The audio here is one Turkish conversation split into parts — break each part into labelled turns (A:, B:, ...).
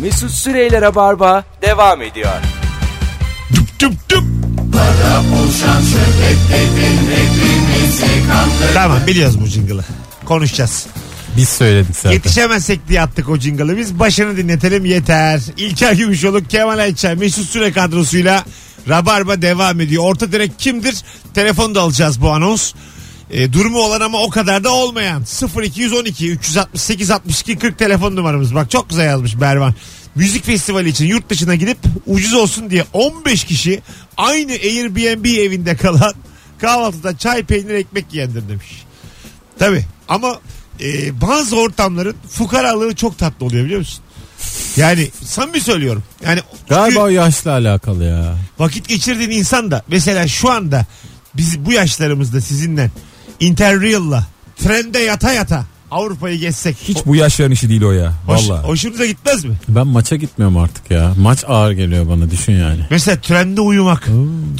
A: Mesut Süreyler'e barba devam ediyor.
B: Düp düp düp. Tamam biliyoruz bu jingle'ı. Konuşacağız.
C: Biz söyledik zaten.
B: Yetişemezsek diye attık o jingle'ı biz. Başını dinletelim yeter. İlker Gümüşoluk, Kemal Ayça, Mesut Süre kadrosuyla Rabarba devam ediyor. Orta direk kimdir? Telefonu da alacağız bu anons. E, durumu olan ama o kadar da olmayan 0212 368 62 40 telefon numaramız. Bak çok güzel yazmış Bervan. Müzik festivali için yurt dışına gidip ucuz olsun diye 15 kişi aynı Airbnb evinde kalan kahvaltıda çay peynir ekmek yiyendir demiş. Tabi ama e, bazı ortamların fukaralığı çok tatlı oluyor biliyor musun? Yani samimi söylüyorum. Yani çünkü
C: Galiba o yaşla alakalı ya.
B: vakit geçirdiğin insan da mesela şu anda biz bu yaşlarımızda sizinle Interreal'la trende yata yata Avrupa'yı gezsek
C: Hiç bu yaşların işi değil o ya.
B: o- hoş-
C: Valla.
B: hoşunuza gitmez mi?
C: Ben maça gitmiyorum artık ya. Maç ağır geliyor bana düşün yani.
B: Mesela trende uyumak,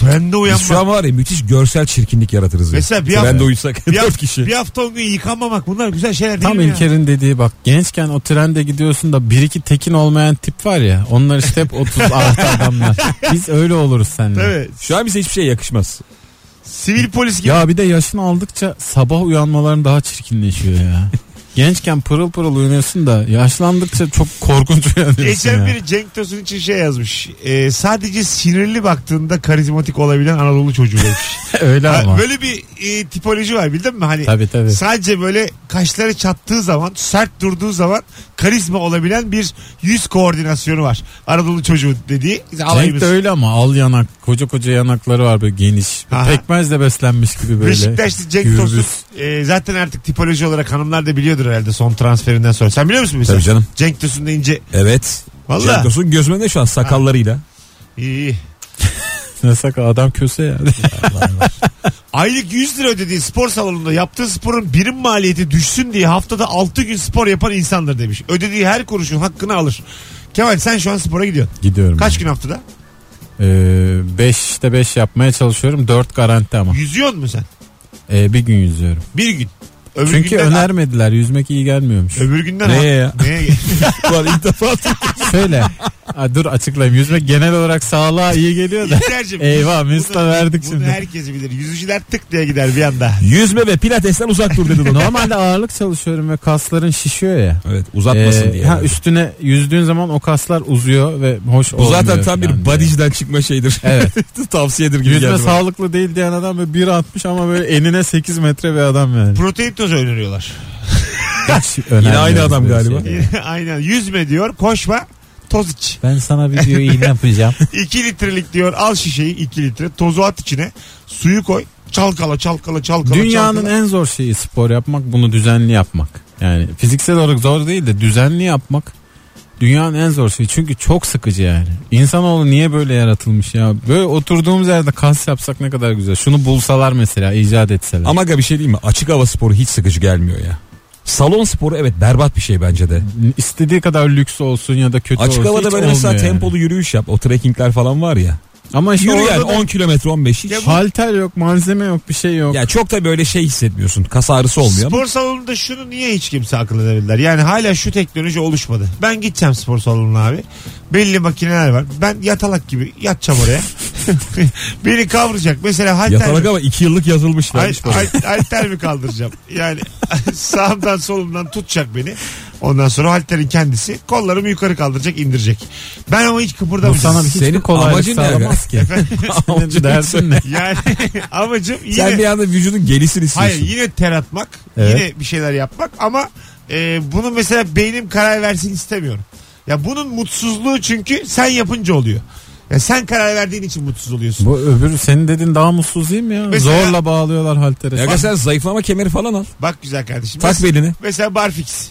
B: trende
D: Biz
B: uyanmak.
D: şu an var ya müthiş görsel çirkinlik yaratırız. ya.
B: Mesela bir hafta-
D: Ben de uyusak
B: bir, haf-
D: dört kişi.
B: bir hafta on gün yıkanmamak bunlar güzel şeyler değil
C: Tam
B: mi ya?
C: İlker'in dediği bak gençken o trende gidiyorsun da bir iki tekin olmayan tip var ya. Onlar işte hep 30 artı adamlar. Biz öyle oluruz seninle.
B: Tabii.
D: Şu an bize hiçbir şey yakışmaz.
B: Sivil polis gibi.
C: Ya bir de yaşını aldıkça sabah uyanmaların daha çirkinleşiyor ya. Gençken pırıl pırıl uyanıyorsun da yaşlandıkça çok korkunç uyanıyorsun
B: Geçen
C: ya.
B: biri Cenk Tosun için şey yazmış. Ee, sadece sinirli baktığında karizmatik olabilen Anadolu çocuğu demiş.
C: Öyle
B: Ha,
C: ama.
B: böyle bir e, tipoloji var bildin mi? Hani
C: Tabii tabii.
B: sadece böyle kaşları çattığı zaman, sert durduğu zaman karizma olabilen bir yüz koordinasyonu var. Anadolu çocuğu dediği
C: Cenk
B: alayımız.
C: de öyle ama al yanak koca koca yanakları var böyle geniş.
B: Aha.
C: Pekmezle beslenmiş gibi böyle.
B: Beşiktaşlı Cenk
C: Gürbüz.
B: Tosun e, zaten artık tipoloji olarak hanımlar da biliyordur herhalde son transferinden sonra. Sen biliyor musun mesela?
D: Tabii canım.
B: Cenk Tosun deyince
D: Evet.
B: Valla.
D: Cenk Tosun gözüme ne şu an sakallarıyla.
B: iyi, iyi.
C: Ne sakal adam köse yani.
B: Aylık 100 lira ödediği spor salonunda yaptığı sporun birim maliyeti düşsün diye haftada 6 gün spor yapan insandır demiş. Ödediği her kuruşun hakkını alır. Kemal sen şu an spora gidiyorsun.
C: Gidiyorum.
B: Kaç gün haftada?
C: 5 işte 5 Ee, yapmaya çalışıyorum. 4 garanti ama.
B: Yüzüyor mu sen?
C: Ee, bir gün yüzüyorum.
B: Bir gün. Öbür
C: Çünkü
B: günden,
C: önermediler. Yüzmek iyi gelmiyormuş.
B: Öbür günden
C: Neye
B: ha-
C: ya?
B: Neye?
D: Ulan ilk defa
C: Şöyle. Ha, dur açıklayayım. Yüzmek genel olarak sağlığa iyi geliyor da.
B: İlker'cim,
C: Eyvah
B: bunu-
C: Mesut'a verdik
B: Bunu
C: şimdi.
B: herkes bilir. Yüzücüler tık diye gider bir anda.
D: Yüzme ve pilatesten uzak dur dedi ona.
C: Normalde ağırlık çalışıyorum ve kasların şişiyor ya.
D: Evet uzatmasın
C: Ee,
D: diye.
C: Ha, üstüne yüzdüğün zaman o kaslar uzuyor ve hoş
D: Bu
C: olmuyor.
D: zaten tam
C: falan
D: bir
C: diye.
D: body'den çıkma şeyidir.
C: Evet.
D: Tavsiyedir gibi
C: Yüzme
D: geldi. bana.
C: sağlıklı değil diyen adam böyle bir atmış ama böyle enine 8 metre bir adam yani.
B: Protein tozu öneriyorlar.
C: Hiç
D: Yine aynı adam
C: önermiyoruz
D: galiba.
C: böyle şeyleri.
B: Aynen. Yüzme diyor. Koşma. Toz iç.
C: Ben sana video iğne yapacağım.
B: 2 litrelik diyor. Al şişeyi 2 litre. Tozu at içine. Suyu koy. Çalkala çalkala çalkala.
C: Dünyanın
B: çalkala.
C: en zor şeyi spor yapmak, bunu düzenli yapmak. Yani fiziksel olarak zor değil de düzenli yapmak dünyanın en zor şeyi. Çünkü çok sıkıcı yani. İnsanoğlu niye böyle yaratılmış ya? Böyle oturduğumuz yerde kas yapsak ne kadar güzel. Şunu bulsalar mesela, icat etseler.
D: Ama aga bir şey değil mi? Açık hava sporu hiç sıkıcı gelmiyor ya. Salon sporu evet berbat bir şey bence de.
C: İstediği kadar lüks olsun ya da kötü olsun.
D: Açık
C: hiç
D: havada böyle
C: olmuyor
D: mesela
C: yani.
D: tempolu yürüyüş yap. O trekkingler falan var ya.
C: Ama işte
D: Yürü yani
C: orada da
D: 10 kilometre 15 hiç.
C: halter yok, malzeme yok, bir şey yok.
D: Ya çok da böyle şey hissetmiyorsun. Kas ağrısı olmuyor ama.
B: Spor salonunda şunu niye hiç kimse akıl edemediler? Yani hala şu teknoloji oluşmadı. Ben gideceğim spor salonuna abi. Belli makineler var. Ben yatalak gibi yatacağım oraya. Beni kavrayacak. Mesela halter
D: Yatalak ama 2 yıllık yazılmış. lan
B: Al-
D: spor.
B: al- halter mi kaldıracağım? Yani sağımdan solumdan tutacak beni. Ondan sonra halterin kendisi kollarımı yukarı kaldıracak, indirecek. Ben ama hiç
C: Bu
B: kıpırdamayacağım.
C: sana hiçbir
D: Senin
C: kolaylık
D: amacın ne
C: sağlamaz ki. Senin derdin ne?
B: Yani amacım yine
D: Sen bir anda vücudun gelişsin istiyorsun.
B: hayır yine ter atmak,
C: Evet.
B: yine bir şeyler yapmak ama e, bunu mesela beynim karar versin istemiyorum. Ya bunun mutsuzluğu çünkü sen yapınca oluyor. Ya sen karar verdiğin için mutsuz oluyorsun.
C: Bu öbürü senin dediğin daha mutsuz değil mi ya?
B: Mesela-
C: Zorla bağlıyorlar haltere.
D: Ya aga sen zayıflama kemeri falan al.
B: Bak güzel kardeşim.
D: Tak belini.
B: Mesela barfix.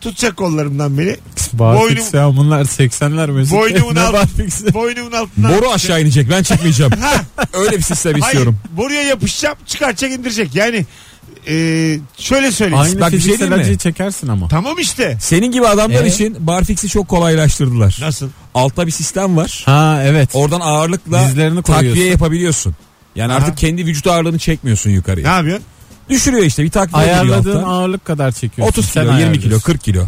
B: Tutacak kollarımdan beni.
C: Barfix ya bunlar 80'ler müzik.
B: Boynumun
C: Ne
B: alt-
C: barfiksi?
B: Boynumun altından.
D: Boru aşağı inecek ben çıkmayacağım.
B: Ha,
D: Öyle bir sistem
B: hayır.
D: istiyorum.
B: Boruya yapışacağım çıkartacak indirecek. Yani e, şöyle söyleyeyim.
C: Aynı
D: Bak bir şey
C: fiziksel
D: diyeyim mi?
C: acıyı çekersin ama.
B: Tamam işte.
D: Senin gibi adamlar
C: Ee?
D: için barfix'i çok kolaylaştırdılar.
B: Nasıl?
D: Altta bir sistem var.
C: Ha evet.
D: Oradan ağırlıkla
C: Dizlerini koyuyorsun.
D: takviye yapabiliyorsun. Yani
B: Aha.
D: artık kendi vücut ağırlığını çekmiyorsun
B: Ne
D: yukarıya.
B: yapıyorsun?
D: Düşürüyor işte bir takviye giriyor
C: Ayarladığın
D: alttan.
C: ağırlık kadar çekiyorsun.
D: 30
C: Sen
D: kilo, 20 kilo,
C: ayarlıyorsun.
D: 40 kilo.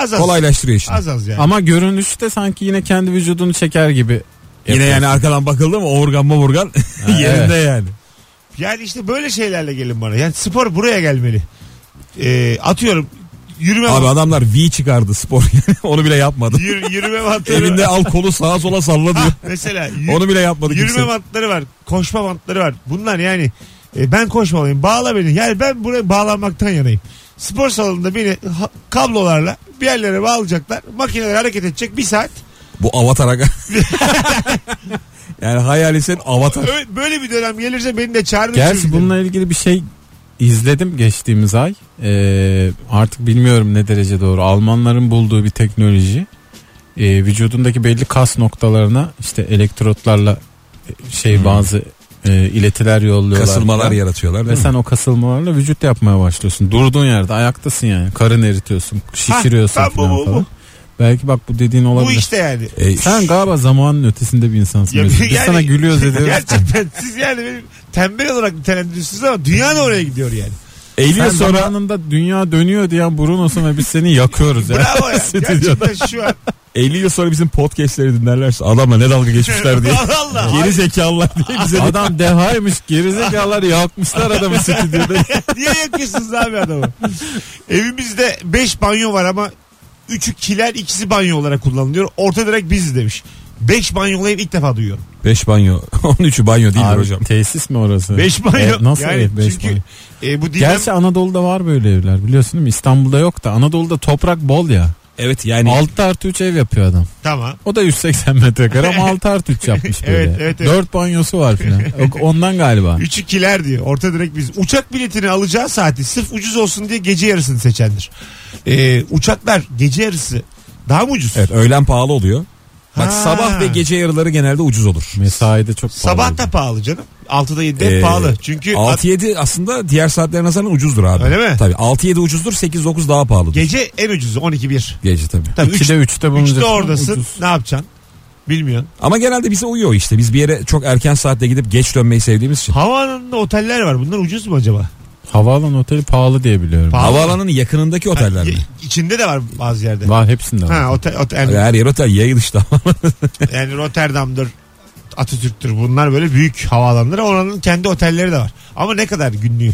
B: Az az.
D: Kolaylaştırıyor işini.
B: Az az yani.
C: Ama görünüşü de sanki yine kendi vücudunu çeker gibi.
D: Yine yani arkadan bakıldı mı organ mı organ yerinde yani.
B: Yani işte böyle şeylerle gelin bana. Yani spor buraya gelmeli. Ee, atıyorum yürüme
D: Abi adamlar V çıkardı spor yani onu bile yapmadı.
B: yür- yürüme bantları.
D: Elinde al kolu sağa sola salla diyor.
B: Mesela yür-
D: Onu bile yapmadı
B: yürüme
D: kimse.
B: bantları var. Koşma bantları var. Bunlar yani e, ben koşmalıyım. Bağla beni. Yani ben buraya bağlanmaktan yanayım. Spor salonunda beni ha- kablolarla bir yerlere bağlayacaklar. Makineler hareket edecek bir saat.
D: Bu avatar aga. yani hayali sen avatar.
B: Ö- Böyle bir dönem gelirse beni de çağırın.
C: Gerçi bununla ilgili bir şey izledim geçtiğimiz ay. Ee, artık bilmiyorum ne derece doğru. Almanların bulduğu bir teknoloji. Ee, vücudundaki belli kas noktalarına işte elektrotlarla e, şey
D: Hmm.
C: bazı e, iletiler yolluyorlar.
D: Kasılmalar
C: falan.
D: yaratıyorlar
C: Ve
D: değil mi?
C: sen o kasılmalarla vücut yapmaya başlıyorsun. Durduğun yerde ayaktasın yani. Karın eritiyorsun, şişiriyorsun
B: tam bu,
C: falan,
B: bu, bu.
C: falan. Belki bak bu dediğin
B: Bu
C: olabilir.
B: işte yani.
D: E,
C: Sen galiba zamanın ötesinde bir insansın.
B: Ya
C: Mesut.
B: bir-
C: Biz sana gülüyoruz ediyoruz.
B: Gerçekten siz yani benim tembel olarak nitelendiriyorsunuz ama dünya da oraya gidiyor yani.
D: Eylül
C: Sen
D: sonra
C: zamanında dünya dönüyor diyen Bruno'sun ve biz seni yakıyoruz. ya.
B: Bravo ya. Gerçekten şu an.
D: 50 yıl sonra bizim podcastleri dinlerlerse adamla ne dalga geçmişler diye.
B: Allah.
D: Geri zekalılar diye bize
C: Adam dehaymış gerizekalar yakmışlar adamı stüdyoda.
B: Niye yakıyorsunuz abi adamı? Evimizde 5 banyo var ama 3'ü kiler ikisi banyo olarak kullanılıyor. Orta direkt biziz demiş. 5 banyo olayı ilk defa duyuyorum.
D: 5 banyo. 13'ü banyo değil
C: Abi
D: hocam.
C: tesis mi orası?
B: 5 banyo.
C: E, nasıl
B: yani
C: ev beş
B: çünkü
C: banyo?
B: e, bu dinlem...
C: Gerçi Anadolu'da var böyle evler biliyorsun değil mi? İstanbul'da yok da Anadolu'da toprak bol ya.
D: Evet yani
C: 6 artı 3 ev yapıyor adam.
B: Tamam.
C: O da 180 metrekare ama 6 artı 3 yapmış böyle.
B: Evet, evet, evet.
C: 4 banyosu var filan. Yok, Ondan galiba.
B: 3'ü kiler diyor. Orta direkt biz. Uçak biletini alacağı saati sırf ucuz olsun diye gece yarısını seçendir. E, uçaklar gece yarısı daha mı ucuz?
D: evet öğlen pahalı oluyor. Bak
B: Ha.
D: sabah ve gece yarıları genelde ucuz olur.
C: Mesaide çok pahalı.
B: Sabah da pahalı canım. 6'da 7'de
D: Ee,
B: pahalı. Çünkü
D: 6-7 aslında diğer saatlerine nazaran ucuzdur abi.
B: Öyle mi?
D: Tabii 6-7 ucuzdur 8-9 daha pahalıdır.
B: gece en ucuzu 12-1.
D: Gece tabii.
B: Tabii 3'te
C: 2'de 3'te bulunca.
B: Üçte oradasın. Ne yapacaksın? Bilmiyorsun.
D: Ama genelde bize uyuyor işte. Biz bir yere çok erken saatte gidip geç dönmeyi sevdiğimiz için.
B: Havaalanında oteller var. Bunlar ucuz mu acaba?
C: Havaalanı oteli pahalı diye biliyorum.
B: Pahalı.
D: Havaalanının yakınındaki oteller mi?
B: Ye- İçinde de var bazı yerde.
C: Var hepsinde var.
B: Ha, otel, otel, yani,
D: Her yer otel yayıl işte.
B: yani Rotterdam'dır, Atatürk'tür. Bunlar böyle büyük havaalanları. Oranın kendi otelleri de var. Ama ne kadar günlüğü?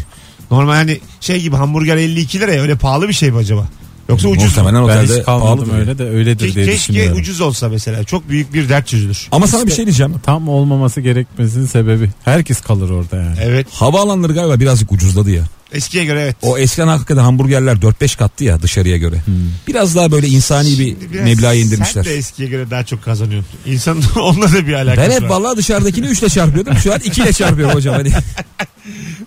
B: Normal hani şey gibi hamburger 52 lira ya öyle pahalı bir şey mi acaba? Yoksa ucuz mu?
D: Muhtemelen
C: Ben
D: otelde
C: hiç kalmadım
D: pahalıdır.
C: öyle de öyledir
B: Ke-
C: diye
B: keşke
C: düşünüyorum.
B: ucuz olsa mesela. Çok büyük bir dert çözülür.
D: Ama sana bir şey diyeceğim.
C: Tam olmaması gerekmesinin sebebi herkes kalır orada yani.
B: Evet.
D: Havaalanları galiba birazcık ucuzladı ya.
B: Eskiye göre evet.
D: O eskiden hakikaten hamburgerler 4-5 kattı ya dışarıya göre. Biraz daha böyle insani
B: Hmm. Şimdi
D: bir
B: biraz
D: meblağa indirmişler.
B: Sen de eskiye göre daha çok kazanıyorsun. İnsanın onunla da bir alakası
D: Ben
B: var.
D: hep vallahi dışarıdakini 3 çarpıyordum. Şu an 2 çarpıyorum hocam. Hani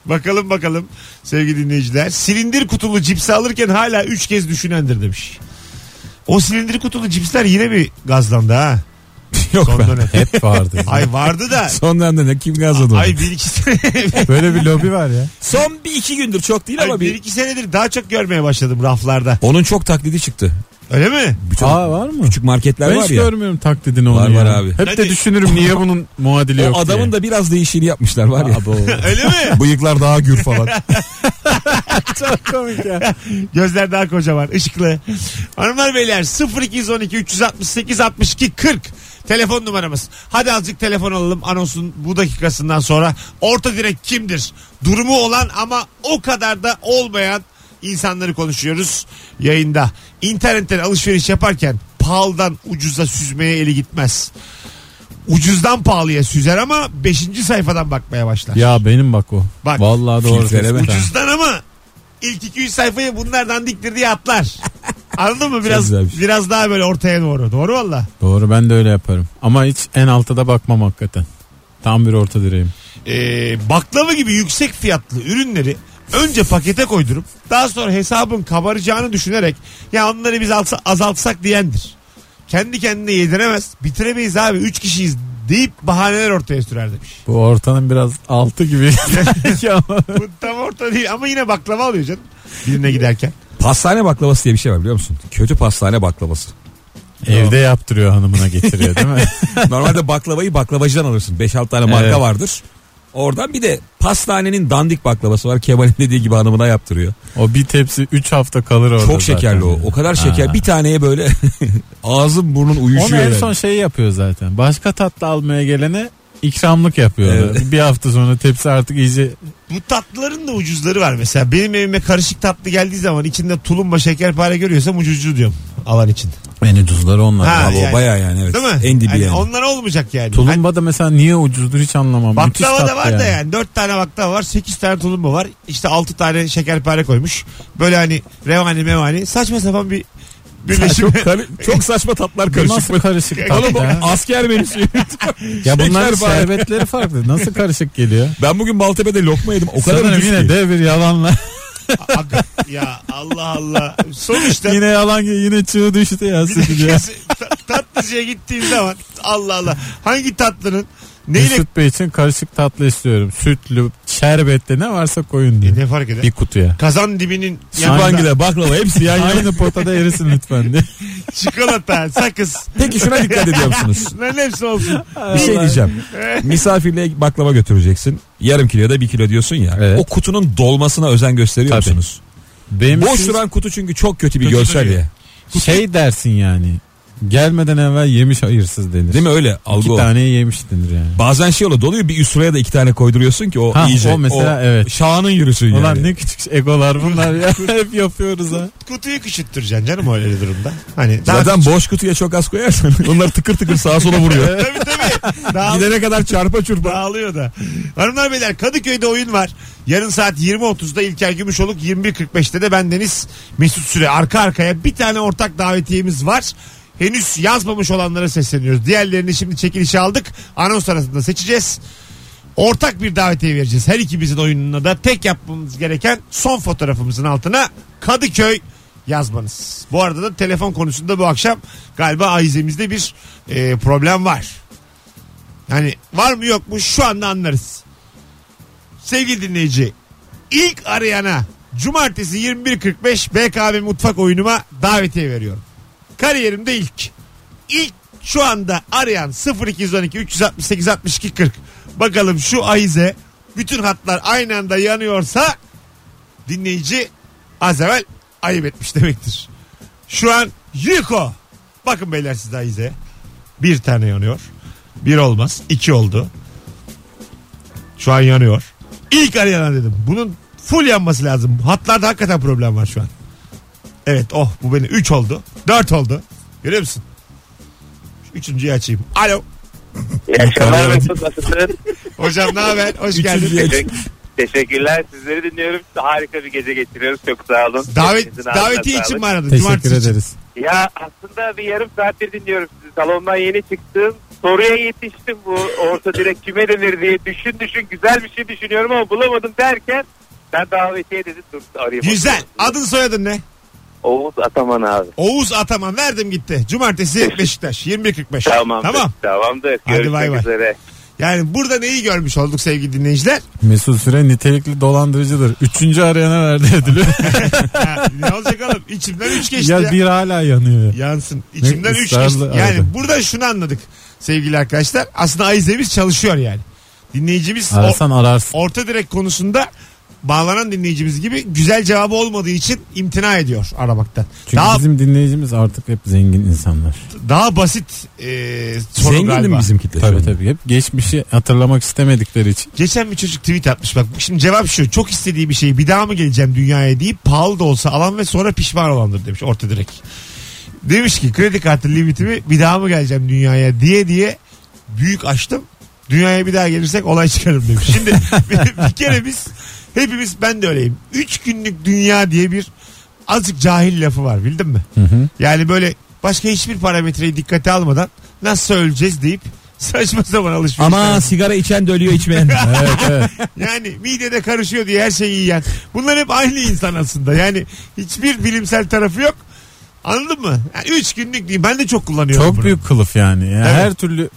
B: Bakalım bakalım sevgili dinleyiciler. Silindir kutulu cipsi alırken hala 3 kez düşünendir demiş. O silindir kutulu cipsler yine bir gazlandı ha.
D: yok
B: Son
D: ben.
B: dönem.
C: Hep vardı.
B: Ay vardı da.
D: Son dönemde ne kim gazladı onu?
B: Ay bir iki sene,
C: Böyle bir lobi var ya.
D: Son bir iki gündür çok değil
B: ay,
D: ama
B: bir
D: bir...
B: iki senedir daha çok görmeye başladım raflarda.
D: Onun çok taklidi çıktı.
B: Öyle mi?
D: Bütün
C: Aa var mı?
D: küçük marketler
C: ben
D: var
C: hiç
D: ya.
C: görmüyorum taklidini onu
D: Var,
C: ya.
D: var abi.
C: Hep
B: Hadi.
C: de düşünürüm niye bunun muadili yok
D: O adamın da biraz değişiğini yapmışlar var ya.
B: Öyle mi?
D: Bıyıklar daha gür falan.
C: Çok komik ya.
B: Gözler daha kocaman, ışıklı. Hanımlar beyler 0212 368 62 40 telefon numaramız. Hadi azıcık telefon alalım anonsun bu dakikasından sonra. Orta direk kimdir? Durumu olan ama o kadar da olmayan insanları konuşuyoruz yayında. İnternetten alışveriş yaparken pahalıdan ucuza süzmeye eli gitmez. Ucuzdan pahalıya süzer ama 5. sayfadan bakmaya başlar.
C: Ya benim bak o.
B: Bak.
C: Vallahi doğru.
D: Filtreleme.
C: tespit ha.
B: Ucuzdan ama ilk 200 sayfayı bunlardan diktir diye atlar. Anladın mı? Biraz
D: Çok güzelmiş.
B: biraz daha böyle ortaya doğru. Doğru valla.
C: Doğru ben de öyle yaparım. Ama hiç en alta da bakmam hakikaten. Tam bir orta direğim.
B: Ee, baklava gibi yüksek fiyatlı ürünleri önce pakete koydurup daha sonra hesabın kabaracağını düşünerek ya onları biz alsa- azaltsak diyendir. Kendi kendine yediremez. Bitiremeyiz abi. 3 kişiyiz deyip bahaneler ortaya sürer demiş.
C: Bu ortanın biraz altı gibi. Sanki ama.
B: Bu tam orta değil ama yine baklava alıyor canım. Birine giderken.
D: pastane baklavası diye bir şey var biliyor musun? Kötü pastane baklavası.
C: Evde yaptırıyor hanımına getiriyor değil mi?
D: Normalde baklavayı baklavacıdan alırsın. 5-6 tane marka
C: Evet.
D: vardır. Oradan bir de pastanenin dandik baklavası var. Kemal'in dediği gibi hanımına yaptırıyor.
C: O bir tepsi 3 hafta kalır orada.
D: Çok şekerli
C: zaten.
D: o. O kadar şeker.
C: Ha.
D: Bir taneye böyle ağzın burnun
C: Onu
D: uyuşuyor.
C: en
D: yani.
C: son şey yapıyor zaten. Başka tatlı almaya gelene ikramlık yapıyor.
D: Evet.
C: Bir hafta sonra tepsi artık iyice
B: Bu tatlıların da ucuzları var mesela. Benim evime karışık tatlı geldiği zaman içinde tulumba şekerpare görüyorsam ucuzcu diyorum alan için.
C: en ucuzları onlar.
B: Ha,
D: Abi o
B: yani.
D: baya yani evet.
B: Değil mi?
D: En dibi
B: Hani
D: yani.
B: Onlar olmayacak yani. Hani
C: Tulumba da mesela niye ucuzdur hiç anlamam. Müthiş
B: baklava da
C: tatlı
B: var da yani. Dört tane baklava var. Sekiz tane tulumba var. İşte altı tane şekerpare koymuş. Böyle hani revani mevani. Saçma sapan bir birleşim.
D: Çok, kar- çok saçma tatlar
C: Bu
D: karışık.
C: nasıl karışık tatlı
D: Oğlum bu
C: ya?
D: asker menüsü.
C: Ya bunların
D: Şekerpare.
C: şerbetleri farklı. Nasıl karışık geliyor?
D: Ben bugün Maltepe'de lokma yedim. O kadar
C: Sanırım
D: ucuz
C: yine
D: ki.
C: dev bir yalanla.
B: Aga- ya Allah Allah. Sonuçta
C: yine yalan yine çığ düştü ya
B: bir de
C: stüdyoya.
B: kesin- ta- tatlıcıya gittiğim zaman Allah Allah. Hangi tatlının neyle
C: Mesut Bey için karışık tatlı istiyorum. Sütlü, şerbetli ne varsa koyun diye.
B: ne fark eder?
C: Bir kutuya.
B: Kazan dibinin yanında
D: Süpangile, baklava hepsi yan yana.
C: Aynı potada erisin lütfen diye.
B: çikolata, sakız.
D: Peki şuna dikkat ediyor musunuz?
B: Bunların hepsi olsun.
D: Bir şey diyeceğim. Misafirliğe baklava götüreceksin. Yarım kilo ya da bir kilo diyorsun ya.
C: Evet.
D: O kutunun dolmasına özen gösteriyor
C: Tabii.
D: musunuz?
C: Benim
D: Boş
C: için
D: duran kutu çünkü çok kötü bir
B: Kötü
D: görsel
B: duruyor.
D: ya.
C: şey dersin yani. Gelmeden evvel yemiş hayırsız denir.
D: Değil mi öyle?
C: İki
D: Algı o.
C: tane yemiş denir yani.
D: Bazen şey oluyor doluyor bir üst sıraya da iki tane koyduruyorsun ki o
C: Ha,
D: iyice.
C: o mesela evet.
D: Şahının yürüsün yani.
C: Ulan ne küçük egolar bunlar ya. Hep yapıyoruz ha.
B: Kutuyu küçülttüreceksin canım öyle durumda. Hani daha-
D: Zaten boş kutuya çok az koyarsan onları tıkır tıkır sağa sola vuruyor.
B: tabii tabii. Daha
D: Gidene kadar çarpa çurpa.
B: Dağılıyor da. Hanımlar beyler Kadıköy'de oyun var. Yarın saat 20.30'da İlker Gümüşoluk 21.45'te de ben Deniz Mesut Süre. Arka arkaya bir tane ortak davetiyemiz var. Henüz yazmamış olanlara sesleniyoruz. Diğerlerini şimdi çekilişe aldık. Anons arasında seçeceğiz. Ortak bir davetiye vereceğiz. Her ikimizin oyununa da tek yapmamız gereken son fotoğrafımızın altına Kadıköy yazmanız. Bu arada da telefon konusunda bu akşam galiba Ayize'mizde bir e, problem var. Yani Hani var mı yok mu şu anda anlarız. Sevgili dinleyici ilk arayana cumartesi 21.45 BKB mutfak oyunuma davetiye veriyorum. Kariyerimde ilk. İlk şu anda arayan 0212 368 62 40. Bakalım şu ayize bütün hatlar aynı anda yanıyorsa dinleyici az evvel ayıp etmiş demektir. Şu an Yuko. Bakın beyler siz ayize. Bir tane yanıyor. Bir olmaz. iki oldu. Şu an yanıyor. İlk arayana dedim. Bunun full yanması lazım. Hatlarda hakikaten problem var şu an. Evet oh bu beni. Üç oldu. Dört oldu. Görüyor musun? Şu üçüncüyü açayım. Alo.
E: İyi akşamlar Mesut nasılsın?
B: Hocam ne haber? Hoş
D: Üçüncüyü
B: geldin.
D: aç-
E: Teşekkür- Teşekkürler sizleri dinliyorum. Harika bir gece geçiriyoruz çok sağ olun.
B: Davet,
E: Hepinizin ağzına
B: davetiye
E: sağlık.
B: için mi aradın?
C: Teşekkür
B: Cumartesi için.
C: ederiz.
E: Ya aslında bir yarım saattir dinliyorum sizi. Salondan yeni çıktım. Soruya yetiştim bu orta direk kime denir diye düşün düşün güzel bir şey düşünüyorum ama bulamadım derken ben davetiye dedim dur arayayım.
B: Güzel. Adın soyadın ne?
E: Oğuz Ataman abi.
B: Oğuz Ataman. Verdim gitti. Cumartesi Beşiktaş. 21.45.
E: Tamam.
B: Tamam.
E: Tamamdır.
B: Hadi
E: Görüşmek
B: bay bay.
E: üzere.
B: Yani burada neyi görmüş olduk sevgili dinleyiciler?
C: Mesut Süre nitelikli dolandırıcıdır. Üçüncü arayana verdi ödülü.
B: Ha, ne olacak oğlum? İçimden üç geçti ya.
C: ya bir hala yanıyor.
B: Yansın. İçimden
C: Ne
B: üç
C: ısrarlı
B: geçti. Yani
C: adam.
B: burada şunu anladık sevgili arkadaşlar. Aslında Ayzemiz çalışıyor yani. Dinleyicimiz o-
C: Arasan ararsın.
B: orta direk konusunda bağlanan dinleyicimiz gibi güzel cevabı olmadığı için imtina ediyor aramaktan.
C: Çünkü
B: daha
C: bizim dinleyicimiz artık hep zengin insanlar.
B: daha basit e, soru
D: Zengin
B: galiba.
D: mi bizim kitle? şu
C: Tabii
D: anda?
C: tabii hep geçmişi hatırlamak istemedikleri için.
B: Geçen bir çocuk tweet atmış bak. Şimdi cevap şu. Çok istediği bir şeyi bir daha mı geleceğim dünyaya deyip pahalı da olsa alan ve sonra pişman olandır demiş orta direk. Demiş ki kredi kartı limitimi bir daha mı geleceğim dünyaya diye diye büyük açtım. Dünyaya bir daha gelirsek olay çıkarım demiş. Şimdi bir, bir kere biz hepimiz ben de öyleyim. Üç günlük dünya diye bir azıcık cahil lafı var bildin mi? Yani böyle başka hiçbir parametreyi dikkate almadan nasıl öleceğiz deyip saçma sapan alışveriş.
D: Ama sigara içen de ölüyor içmeyen. de.
C: Evet evet.
B: Yani midede karışıyor diye her şeyi yiyen. Bunlar hep aynı insan aslında. Yani hiçbir bilimsel tarafı yok. Anladın mı? Yani üç günlük değil. Ben de çok kullanıyorum bunu.
C: Çok büyük kılıf yani. Ya
B: Evet.
C: Her türlü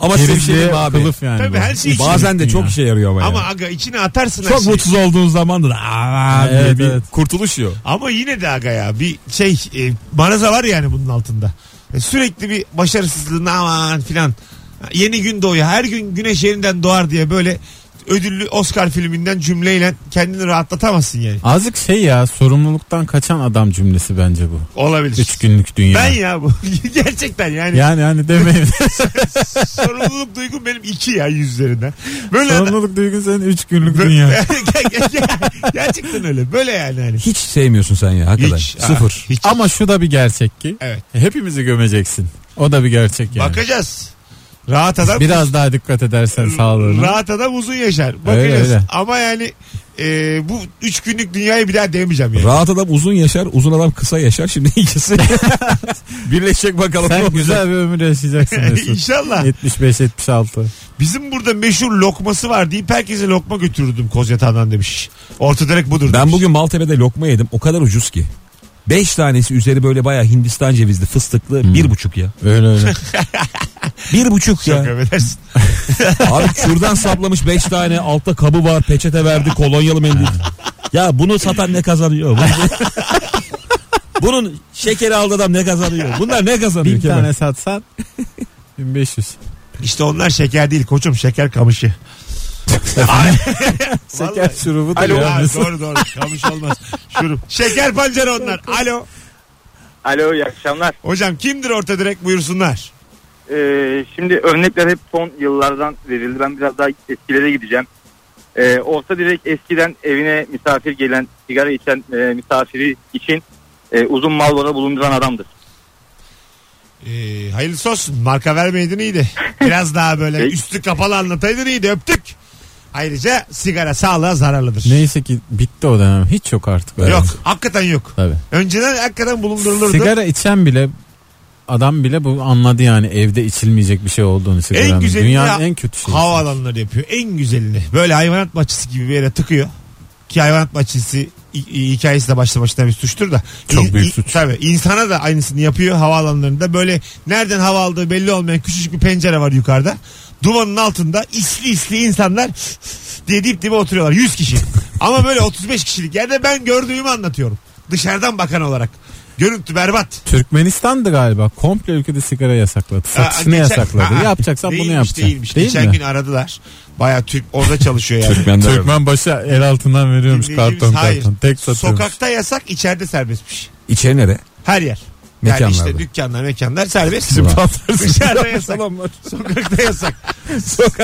D: Ama size bir şey
C: kirli
D: diyeyim abi.
C: kılıf yani.
B: Tabii
C: bu.
B: her şey için.
D: Bazen de çok
C: Ya.
D: işe yarıyor ama. ya.
B: Ama aga içine atarsın her
D: Çok
B: şeyi.
D: mutsuz olduğun zaman da "Aa" diye
C: Evet,
D: bir
C: evet.
D: kurtuluş yok.
B: Ama yine de aga ya bir şey e, manaza var yani bunun altında. E, sürekli bir başarısızlığın aman filan. Yeni gün doğuyor. Her gün güneş yerinden doğar diye böyle ödüllü Oscar filminden cümleyle kendini rahatlatamazsın yani.
C: Azıcık şey ya sorumluluktan kaçan adam cümlesi bence bu.
B: Olabilir.
C: Üç günlük dünya.
B: Ben ya bu. Gerçekten yani.
C: Yani hani demeyin.
B: Sorumluluk duygum benim iki ya yüzlerinden. Böyle
C: sorumluluk duygun senin üç günlük dünya.
B: Gerçekten öyle. Böyle yani hani.
D: Hiç sevmiyorsun sen ya hakikaten.
B: Hiç. Aa,
D: Sıfır.
B: hiç.
C: Ama şu da bir gerçek ki
B: Evet.
C: hepimizi gömeceksin. O da bir gerçek yani.
B: Bakacağız. Rahat adam.
C: Biraz daha dikkat edersen sağlığına.
B: Rahat adam uzun yaşar. Bakacağız.
C: Öyle, öyle.
B: Ama yani e, bu üç günlük dünyayı bir daha demeyeceğim yani.
D: Rahat adam uzun yaşar, uzun adam kısa yaşar. Şimdi ikisi birleşecek bakalım. ne
C: Sen
D: olacak.
C: güzel bir ömür yaşayacaksın Mesut.
B: İnşallah.
C: 75-76.
B: Bizim burada meşhur lokması var deyip herkese lokma götürürdüm koz yatağından demiş. Orta direkt budur
D: Ben
B: demiş.
D: bugün Maltepe'de lokma yedim. O kadar ucuz ki. Beş tanesi üzeri böyle bayağı Hindistan cevizli fıstıklı bir buçuk ya.
C: Hmm. Öyle öyle.
D: Bir buçuk
B: Çok
D: ya.
B: affedersin.
D: Abi şuradan saplamış beş tane altta kabı var peçete verdi kolonyalı mendil. ya bunu satan ne kazanıyor? Bunun şekeri aldı adam ne kazanıyor? Bunlar ne kazanıyor?
C: Bin
D: Kemal?
C: tane satsan 1500.
B: İşte onlar şeker değil koçum şeker kamışı.
C: Şeker şurubu da
B: Alo.
C: ya.
B: Ha,
C: Mesut.
B: doğru doğru kamış olmaz. Şurup. Şeker pancarı onlar. Alo.
E: Alo iyi akşamlar.
B: Hocam kimdir orta direkt buyursunlar.
E: Ee, şimdi örnekler hep son yıllardan verildi. Ben biraz daha eskilere gideceğim. Ee, olsa direkt eskiden evine misafir gelen, sigara içen e, misafiri için e, uzun malvada bulunduran adamdır.
B: Ee, hayırlısı olsun. Marka vermeydin iyiydi. Biraz daha böyle üstü kapalı anlataydın iyiydi. Öptük. Ayrıca sigara sağlığa zararlıdır.
C: Neyse ki bitti o dönem. Hiç yok artık. öyle.
B: Yok. Hakikaten yok.
C: Tabii.
B: Önceden hakikaten bulundurulurdu.
C: Sigara içen bile adam bile bu anladı yani evde içilmeyecek bir şey olduğunu sigaranın.
B: güzelini
C: Dünyanın
B: ya-
C: en kötü şeyi.
B: havaalanları yapıyor. En güzelini. Böyle hayvanat bahçesi gibi bir yere tıkıyor. Ki hayvanat bahçesi hi- hi- hikayesi de başta başına bir suçtur da.
C: Çok büyük
B: i-
C: suç.
B: Tabii insana da aynısını yapıyor havaalanlarında. Böyle nereden hava aldığı belli olmayan küçücük bir pencere var yukarıda. Duvanın altında isli isli insanlar diye dip dibe oturuyorlar 100 kişi. Ama böyle 35 kişilik yerde ben gördüğümü anlatıyorum. Dışarıdan bakan olarak. Görüntü berbat.
C: Türkmenistan'dı galiba. Komple ülkede sigara yasakladı. Satışını
B: Aa, geçen-
C: yasakladı.
B: Aa,
C: Yapacaksan bunu
B: değilmiş,
C: yapacaksın.
B: Değilmiş.
C: Değil
B: Geçen
C: mi?
B: gün aradılar. Baya Türk orada çalışıyor yani.
D: Türkmenler-
C: Türkmen başa el altından veriyormuş
B: Dinleyicimiz-
C: karton
B: hayır.
C: karton. Tek satıyormuş.
B: Sokakta yasak içeride serbestmiş.
D: İçeri nere?
B: Her yer. Yani
D: Mekanlarda.
B: işte dükkanlar mekanlar serbest. Dışarıda
D: Dışarıda
B: yasak. Sokakta yasak.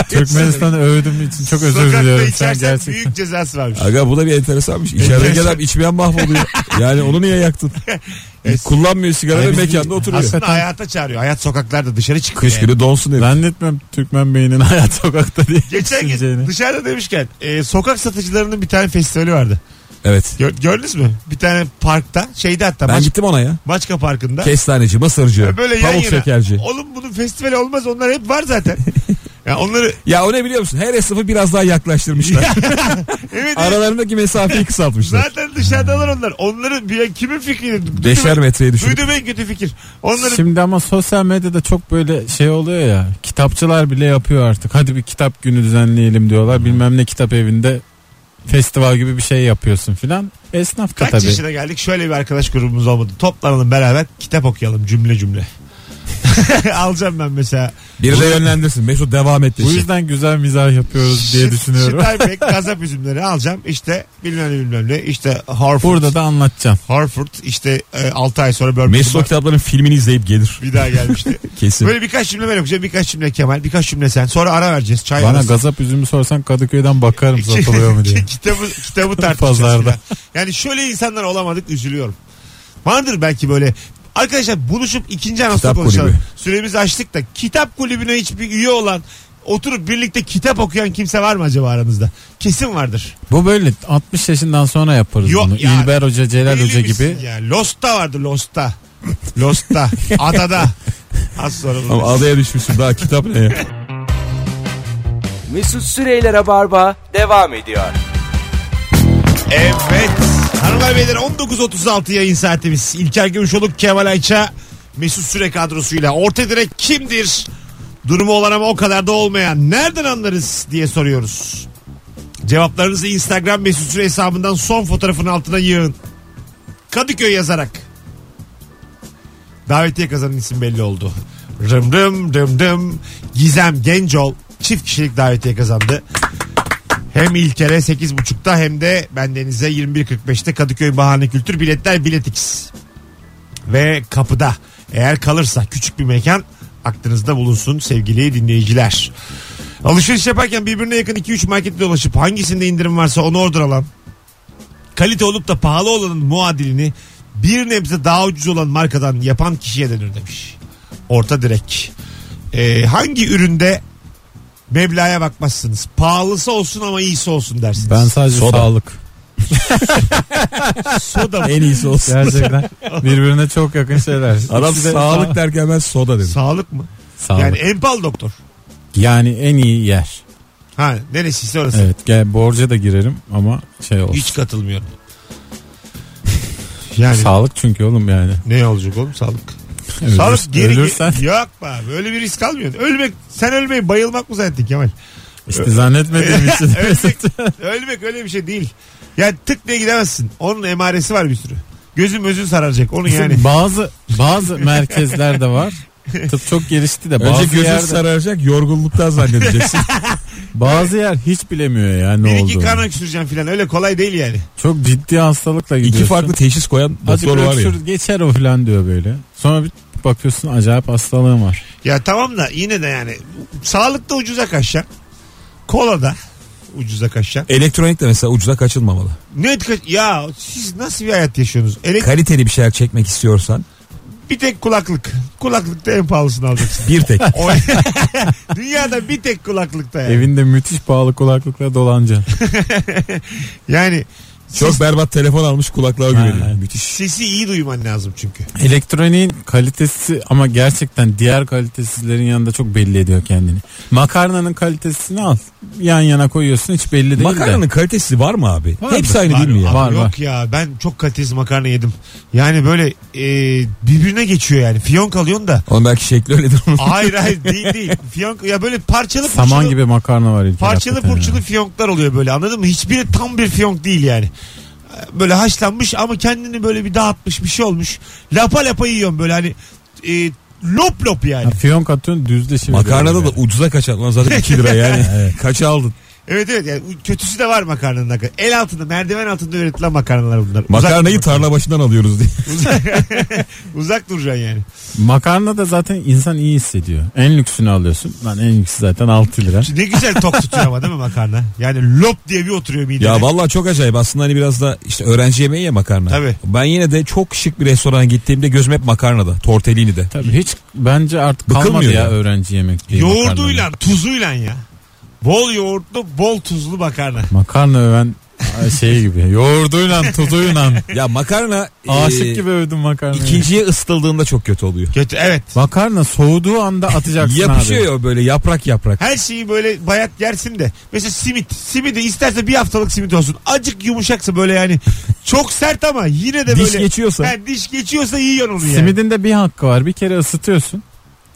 C: Türkmenistan'ı övdüğüm için çok özür
B: Sokakta
C: diliyorum. Sen
B: içersen
C: gerçekten.
B: büyük cezası varmış.
D: Aga bu da bir enteresanmış. İçerideki adam içmeyen mahvoluyor. Yani onu niye yaktın? Kullanmıyor sigara ve
C: Ay, bizim-
D: mekanda oturuyor.
B: Aslında hayata çağırıyor. Hayat sokaklarda dışarı çıkıyor.
D: Kış
B: yani.
D: günü donsun herif.
C: Zannetmiyorum Türkmen beyninin hayat sokakta diye.
B: Geçen
C: düşüneceğini.
B: gün dışarıda demişken e, sokak satıcılarının bir tane festivali vardı.
D: Evet.
B: Gör- gördünüz mü? Bir tane parkta şeyde hatta
D: Ben
B: Maç-
D: gittim ona ya.
B: Maçka Parkı'nda.
D: Kestaneci, mısırcı,
B: böyle yan
D: pamuk
B: yana.
D: şekerci.
B: Oğlum bunun festivali olmaz onlar hep var zaten. ya onları
D: Ya o ne biliyor musun? Her esnafı biraz daha yaklaştırmışlar.
B: evet evet.
D: Aralarındaki mesafeyi kısaltmışlar.
B: zaten dışarıdalar onlar. Onları bir kimin fikriydi?
D: Beşer metreye düşürdük.
B: Duydum en kötü fikir. Onları
C: Şimdi ama sosyal medyada çok böyle şey oluyor ya. Kitapçılar bile yapıyor artık. Hadi bir kitap günü düzenleyelim diyorlar. Bilmem ne kitap evinde festival gibi bir şey yapıyorsun filan. Esnaf da
B: kaç
C: tabii.
B: yaşına geldik şöyle bir arkadaş grubumuz olmadı. Toplanalım beraber kitap okuyalım cümle cümle. Alacağım ben mesela.
D: Biri de yönlendirsin. Mesut devam et.
C: Bu
D: desin.
C: yüzden güzel mizah yapıyoruz diye
B: Şi-
C: düşünüyorum.
B: Şıtaypek, gazap üzümleri alacağım. İşte bilmem ne bilmem ne. İşte Harford.
C: Burada da anlatacağım.
B: Harford işte 6 ay sonra Birmingham
D: Mesut o kitapların filmini izleyip gelir.
B: bir daha gelmişti.
D: Kesin.
B: Böyle birkaç cümle ben okuyacağım. Birkaç cümle Kemal. Birkaç cümle sen. Sonra ara vereceğiz. Çay
C: Bana
B: arası.
C: gazap üzümü sorsan Kadıköy'den bakarım
B: Ki-
C: satılıyor mu diye.
B: ki- kitabı, kitabı tartışacağız.
C: Pazarda.
B: filan. Yani şöyle insanlar olamadık üzülüyorum. Vardır belki böyle. Arkadaşlar buluşup ikinci anonsla
D: Kitap
B: konuşalım.
D: kulübü.
B: Süremizi açtık da kitap kulübüne hiçbir üye olan oturup birlikte kitap okuyan kimse var mı acaba aranızda? Kesin vardır.
C: Bu böyle 60 yaşından sonra yaparız
B: Yok
C: bunu.
B: ya. şey.
C: İlber Hoca, Celal
B: Deli
C: Hoca
B: misin
C: gibi.
B: Ya? Lost'ta vardı Lost'ta. Lost'ta. Adada. Az sonra
D: Ama
B: buluruz.
D: adaya düşmüşsün daha kitap ne ya?
A: Mesut Süreyler'e barba devam ediyor.
B: Evet. Hanımlar beyler 19.36 yayın saatimiz. İlker Gümüşoluk, Kemal Ayça, Mesut Süre kadrosuyla. Orta direk kimdir? Durumu olan ama o kadar da olmayan. Nereden anlarız diye soruyoruz. Cevaplarınızı Instagram Mesut Süre hesabından son fotoğrafın altına yığın. Kadıköy yazarak. Davetiye kazanan isim belli oldu. Rım rım rım rım. Gizem Gencol çift kişilik davetiye kazandı. Hem İlker'e 8.30'da hem de bendenize 21.45'te Kadıköy Bahane Kültür biletler biletix. Ve kapıda eğer kalırsa küçük bir mekan aklınızda bulunsun sevgili dinleyiciler. Alışveriş yaparken birbirine yakın 2-3 markette dolaşıp hangisinde indirim varsa onu oradan alan. Kalite olup da pahalı olanın muadilini bir nebze daha ucuz olan markadan yapan kişiye denir demiş. Orta direk. Ee, hangi üründe meblağa bakmazsınız? Pahalısı olsun ama iyisi olsun dersiniz.
C: Ben sadece
D: Soda.
C: sağlık.
B: soda mı?
D: En iyisi olsun.
C: Gerçekten birbirine çok yakın şeyler.
D: Adam
C: İkisi de
D: sağlık
C: sağ-
D: derken ben soda dedim.
B: Sağlık mı?
C: Sağlık.
B: Yani
C: Yani,
B: en pahalı doktor.
C: en iyi yer.
B: Ha neresiyse orası.
C: Evet gel borca da girerim ama şey olsun.
B: Hiç katılmıyorum. Yani
C: Sağlık çünkü oğlum yani.
B: ne olacak oğlum sağlık?
C: Ölür-
B: sağlık geri
C: ölürsen
B: Yok be abi öyle bir risk almıyor. Ölmek sen ölmeyi bayılmak mı zannettin Kemal?
C: işte zannetmediğim için.
B: ölmek, ölmek öyle bir şey değil. Yani tık diye gidemezsin. Onun emaresi var bir sürü. Gözün özün sararacak onun yani.
C: Bazı bazı merkezlerde var. Tıp çok gelişti de bazı
D: Önce gözün
C: yerde,
D: sararacak yorgunluktan zannedeceksin.
C: bazı yer hiç bilemiyor ya ne
B: bir
C: oldu.
B: iki kan öksüreceğim filan öyle kolay değil yani.
C: Çok ciddi hastalıkla gidiyorsun.
D: İki farklı teşhis koyan
C: Hadi
D: doktor
C: bir
D: var ya.
C: öksür, geçer o filan diyor böyle. Sonra bir bakıyorsun acayip hastalığın var.
B: Ya tamam da yine de yani sağlıkta ucuza kaçacaksın. Kola da ucuza kaçacaksın.
D: Elektronik de mesela ucuza kaçılmamalı.
B: Ne kaç- ya siz nasıl bir hayat yaşıyorsunuz?
C: E-
B: Elek
D: Kaliteli bir şeyler çekmek istiyorsan
B: bir tek kulaklık. Kulaklıkta en pahalısını alacaksın.
D: bir tek.
B: O- Dünyada bir tek kulaklıkta yani.
C: Evinde müthiş pahalı kulaklıkla dolanacaksın.
B: Yani
D: Çok berbat telefon almış kulaklığa
C: Ha,
D: güveniyor.
B: sesi iyi duyman lazım çünkü.
C: Elektroniğin kalitesi ama gerçekten diğer kalitesizlerin yanında çok belli ediyor kendini. Makarnanın kalitesini al. Yan yana koyuyorsun hiç belli değil de.
D: Makarnanın kalitesi var mı abi?
C: Vardır.
D: Hepsi aynı değil mi ya?
B: Abi
C: Var,
B: yok
C: var.
B: ya ben çok kalitesiz makarna yedim. Yani böyle e, birbirine geçiyor yani. Fiyonk alıyorsun da.
D: Onun belki şekli öyledir.
B: Hayır hayır değil değil. Fiyonk ya böyle parçalı
C: Saman
B: parçalı
C: gibi makarna var İlker.
B: parçalı
C: hakikaten
B: fırçalı
C: ya.
B: fiyonklar oluyor böyle anladın mı? Hiçbiri tam bir fiyonk değil yani. Böyle haşlanmış ama kendini böyle bir dağıtmış bir şey olmuş. Lapa lapa yiyorsun böyle hani e, lop lop
C: Ha,
B: yani.
C: fiyonk atıyorsun düzleşiyor.
D: Makarnada
C: Yani.
D: da ucuza kaçan. Lan zaten 2 lira yani. Kaça aldın?
B: Evet evet yani kötüsü de var makarnanın hakikaten. El altında merdiven altında üretilen makarnalar bunlar. Uzak
D: Makarnayı
B: durmak-
D: tarla başından alıyoruz diye.
B: Uzak duracaksın yani.
C: Makarna da zaten insan iyi hissediyor. En lüksünü alıyorsun. Lan en lüksü zaten 6 lira.
B: Ne güzel tok tutuyor ama değil mi makarna? Yani lop diye bir oturuyor midene.
D: Ya vallahi çok acayip. Aslında hani biraz da işte öğrenci yemeği ya makarna.
B: Tabii.
D: Ben yine de çok şık bir restorana gittiğimde gözüm hep makarnada. Tortellini'de.
C: Tabii hiç bence artık
D: Bıkılmıyor
C: kalmadı ya,
D: ya.
C: öğrenci yemek diye
B: Yoğurduyla,
C: makarnanın.
B: tuzuyla ya. Bol yoğurtlu, bol tuzlu makarna.
C: Makarna öven şey gibi. Yoğurduyla tuzuyla.
D: Ya makarna e,
C: Aşık gibi övdüm makarnayı.
D: ikinciye ısıtıldığında çok kötü oluyor.
B: Kötü evet.
C: Makarna soğuduğu anda atacaksın
D: Yapışıyor
C: abi.
D: ya böyle yaprak yaprak.
B: Her şeyi böyle bayat yersin de. Mesela simit. Simidi isterse bir haftalık simit olsun. Acık yumuşaksa böyle yani. Çok sert ama yine de
D: Diş
B: böyle.
D: geçiyorsa.
B: Ha, diş geçiyorsa yiyorsun onu yani.
C: Simidin de bir hakkı var. Bir kere ısıtıyorsun.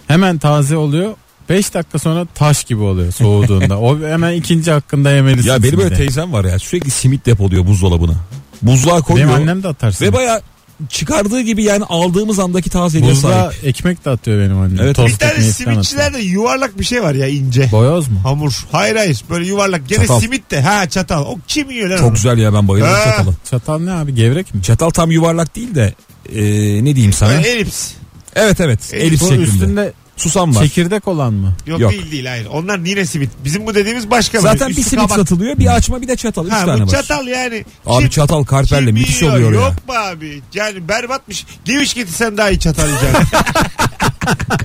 C: Hemen taze oluyor. 5 dakika sonra taş gibi oluyor soğuduğunda. o hemen ikinci hakkında yemelisin.
D: Ya benim böyle
C: simidi.
D: teyzem var ya sürekli simit depoluyor buzdolabına. Buzluğa koyuyor.
C: Benim annem de atarsın.
D: Ve baya çıkardığı gibi yani aldığımız andaki tazeliğe
C: Buzluğa
D: sahip.
C: ekmek de atıyor benim annem.
D: Evet.
B: Bir
C: Tost
B: tane
C: ekmeği falan atıyor.
B: simitçilerde yuvarlak bir şey var ya ince.
C: Boyoz mu?
B: Hamur. Hayır hayır. Böyle yuvarlak. Gene
D: Çatal.
B: simit de. Ha çatal. O kim yiyor lan onu?
D: Çok güzel ya ben bayılırım
B: Ha.
D: çatala.
C: Çatal ne abi gevrek mi?
D: Çatal tam yuvarlak değil de e, ne diyeyim sana?
B: Böyle elips.
D: Evet evet
B: Elif-
D: elips
C: Bu
D: şeklinde.
C: üstünde
D: Susam var.
C: çekirdek olan mı?
B: Yok,
D: Yok.
B: değil değil hayır. Onlar yine simit. Bizim bu dediğimiz başka böyle.
D: Zaten bir
B: Üstü
D: simit
B: kabak.
D: satılıyor bir açma bir de çatal. Üç
B: Ha
D: tane
B: bu
D: var.
B: çatal yani.
D: Abi
B: Kim-
D: çatal karperle
B: kim
D: müthiş
B: yiyor?
D: oluyor ya.
B: Yok mu abi? Yani berbatmış. Geviş getirsen daha iyi çatal yiyeceksin.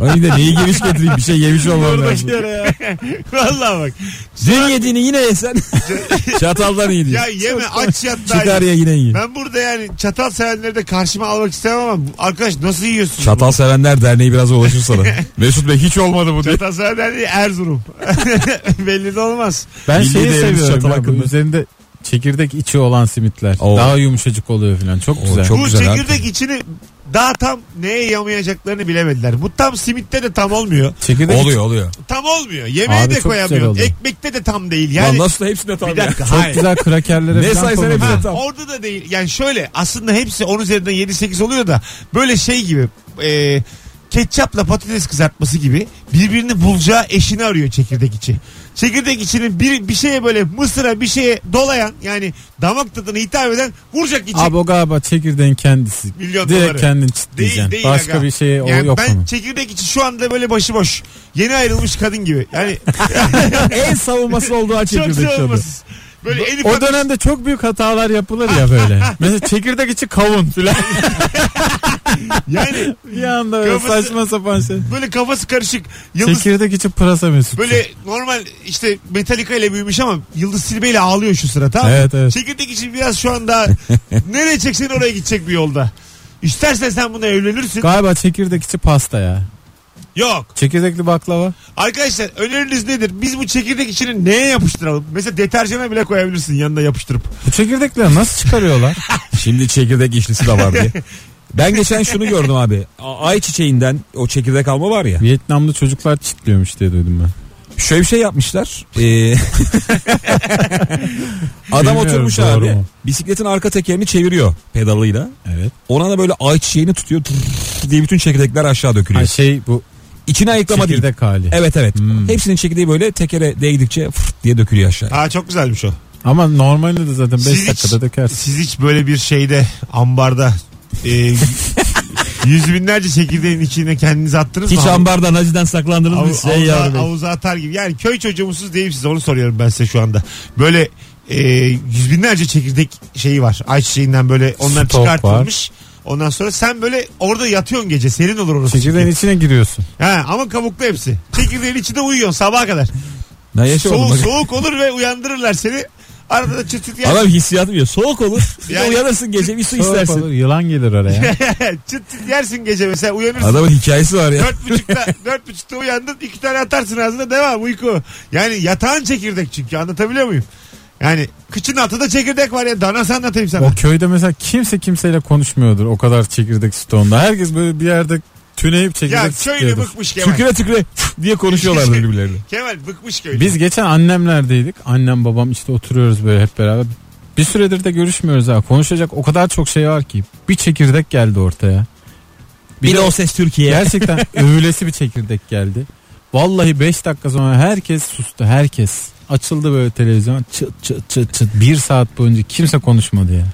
D: Ay de neyi geviş getireyim bir şey yemiş olmam lazım.
B: Vallahi bak.
D: Dün yediğini yine yesen. Çataldan iyi
B: Ya
D: diyor.
B: yeme aç yat daha
D: Çıkar
B: iyi.
D: ya yine iyi.
B: Ben burada yani çatal sevenleri de karşıma almak istemem ama bu- arkadaş nasıl yiyorsun?
D: Çatal Sevenler Derneği biraz ulaşır sana. Mesut Bey hiç olmadı bu diye.
B: Çatal sevenler değil Erzurum. Belli de olmaz.
C: Ben
D: Milli
C: şeyi
D: değerimiz
C: seviyorum
D: çatal
C: ya, bu
D: hakkında.
C: üzerinde çekirdek içi olan simitler.
D: Oo.
C: Daha yumuşacık oluyor falan. Çok
D: Oo,
C: güzel.
D: çok-
B: bu
D: güzel
B: çekirdek
D: hakikaten.
B: içini daha tam neye yamayacaklarını bilemediler. Bu tam simitte de tam olmuyor.
C: Çekirdek içi-
D: Oluyor oluyor.
B: Tam olmuyor. Yemeğe
C: Abi
B: de
C: çok güzel
B: koyamıyorsun.
C: oldu.
B: Ekmekte de tam değil.
D: Lan
B: Yani
D: nasıl hepsine tam
B: bir
D: ya.
B: dakika.
C: Çok
B: hayır.
C: güzel krakerlere
D: Ne
C: falan
D: saysan
C: konuyor.
D: hepsi
B: Ha,
D: Tam.
B: orada da değil. Yani şöyle aslında hepsi 10 üzerinden 7-8 oluyor da böyle şey gibi e, ketçapla patates kızartması gibi birbirini bulacağı eşini arıyor çekirdek içi. Çekirdek içinin bir, bir şeye böyle mısıra bir şeye dolayan yani damak tadına hitap eden vuracak içi.
C: Abi o galiba çekirdeğin kendisi.
B: Milyon
C: Direkt
B: doları.
C: kendin çitleyeceksin. Başka
B: aga.
C: bir şey o
B: Yani
C: yok
B: Ben
C: onun.
B: çekirdek içi şu anda böyle başıboş. Yeni ayrılmış kadın gibi. Yani
D: en savunmasız olduğu
B: çok
D: çekirdek tabii.
B: savunmasız. Böyle Elif
C: O dönemde çok büyük hatalar yapılır ya böyle. Mesela çekirdek içi kavun filan.
B: yani
C: bir anda böyle
B: Kafası-
C: saçma sapan şey.
B: böyle kafası karışık. Yıldız
C: Çekirdek içi pırasa mesut.
B: böyle normal işte Metallica ile büyümüş ama Yıldız Silbe ile ağlıyor şu sıra tamam mı?
C: Evet, evet.
B: Çekirdek için biraz şu anda nereye çeksen oraya gidecek bir yolda. İstersen sen buna evlenirsin.
C: Galiba çekirdek içi pasta ya.
B: Yok.
C: Çekirdekli baklava.
B: Arkadaşlar öneriniz nedir? Biz bu çekirdek içini neye yapıştıralım? Mesela deterjana bile koyabilirsin yanına yapıştırıp.
C: Bu çekirdekleri nasıl çıkarıyorlar?
D: Şimdi çekirdek işlisi de var diye. Ben geçen şunu gördüm abi. A- Ay çiçeğinden o çekirdek alma var ya.
C: Vietnamlı çocuklar çitliyormuş diye duydum ben.
D: Şöyle bir şey yapmışlar. Ee, Adam
C: Bilmiyorum,
D: oturmuş
C: doğru
D: abi.
C: mu?
D: Bisikletin arka tekerini çeviriyor pedalıyla.
C: Evet.
D: Ona da böyle ay çiçeğini tutuyor. tırrrr diye bütün çekirdekler aşağı dökülüyor.
C: Ha şey bu
D: İçine ayıklama değil.
C: çekirdek hali.
D: Evet evet.
C: Hmm.
D: Hepsinin çekirdeği böyle tekere değdikçe fırt diye dökülüyor aşağı.
B: Aa çok güzelmiş o.
C: Ama normalde de zaten 5
B: Siz
C: dakikada dökersin.
B: Siz hiç böyle bir şeyde ambarda e, yüz binlerce çekirdeğin içine kendinizi attınız
D: Hiç
B: mı?
D: ambardan acıdan saklandınız
B: Hav-
D: mı? Şey
B: havuza,
D: yavrum benim.
B: havuza atar gibi. Yani köy çocuğu musunuz değil siz onu soruyorum ben size şu anda. Böyle e, yüz binlerce çekirdek şeyi var. Ayçiçeğinden böyle onlar
C: Stok
B: çıkartılmış. Ondan sonra sen böyle orada yatıyorsun gece. Serin olur orası.
C: Çekirdeğin
B: çünkü.
C: içine giriyorsun.
B: Ha, ama kabuklu hepsi. Çekirdeğin içinde uyuyorsun sabaha kadar.
D: Ben yaşa oğlum,
B: Soğuk,
D: bak.
B: soğuk olur ve uyandırırlar seni. Arada da çıt çıt yer-
D: Adam hissiyatı biliyor. Soğuk olur. Bir de
B: Yani-
D: uyanırsın gece bir su
C: Soğuk
D: istersin.
C: olur, yılan gelir oraya.
B: çıt çıt yersin gece mesela uyanırsın.
D: Adamın hikayesi var ya.
B: Dört buçukta, dört buçukta uyandın iki tane atarsın ağzına devam uyku. Yani yatağın çekirdek çünkü anlatabiliyor muyum? Yani kıçın altında çekirdek var ya danası anlatayım sana.
C: o köyde mesela kimse kimseyle konuşmuyordur o kadar çekirdek stoğunda. Herkes böyle bir yerde tüneyip çekirdek
B: ya köylü
C: çıkıyordur.
B: bıkmış Kemal.
D: Tüküre tüküre fırt diye konuşuyorlardı birbirlerine.
B: Kemal bıkmış köylü.
C: Biz geçen annemlerdeydik. Annem babam işte oturuyoruz böyle hep beraber. Bir süredir de görüşmüyoruz ha. Konuşacak o kadar çok şey var ki. Bir çekirdek geldi ortaya.
D: Bir de o ses Türkiye.
C: Gerçekten övülesi bir çekirdek geldi. Vallahi 5 dakika sonra herkes sustu. Herkes. Açıldı böyle televizyon. Çıt çıt çıt çıt. Bir saat boyunca kimse konuşmadı ya.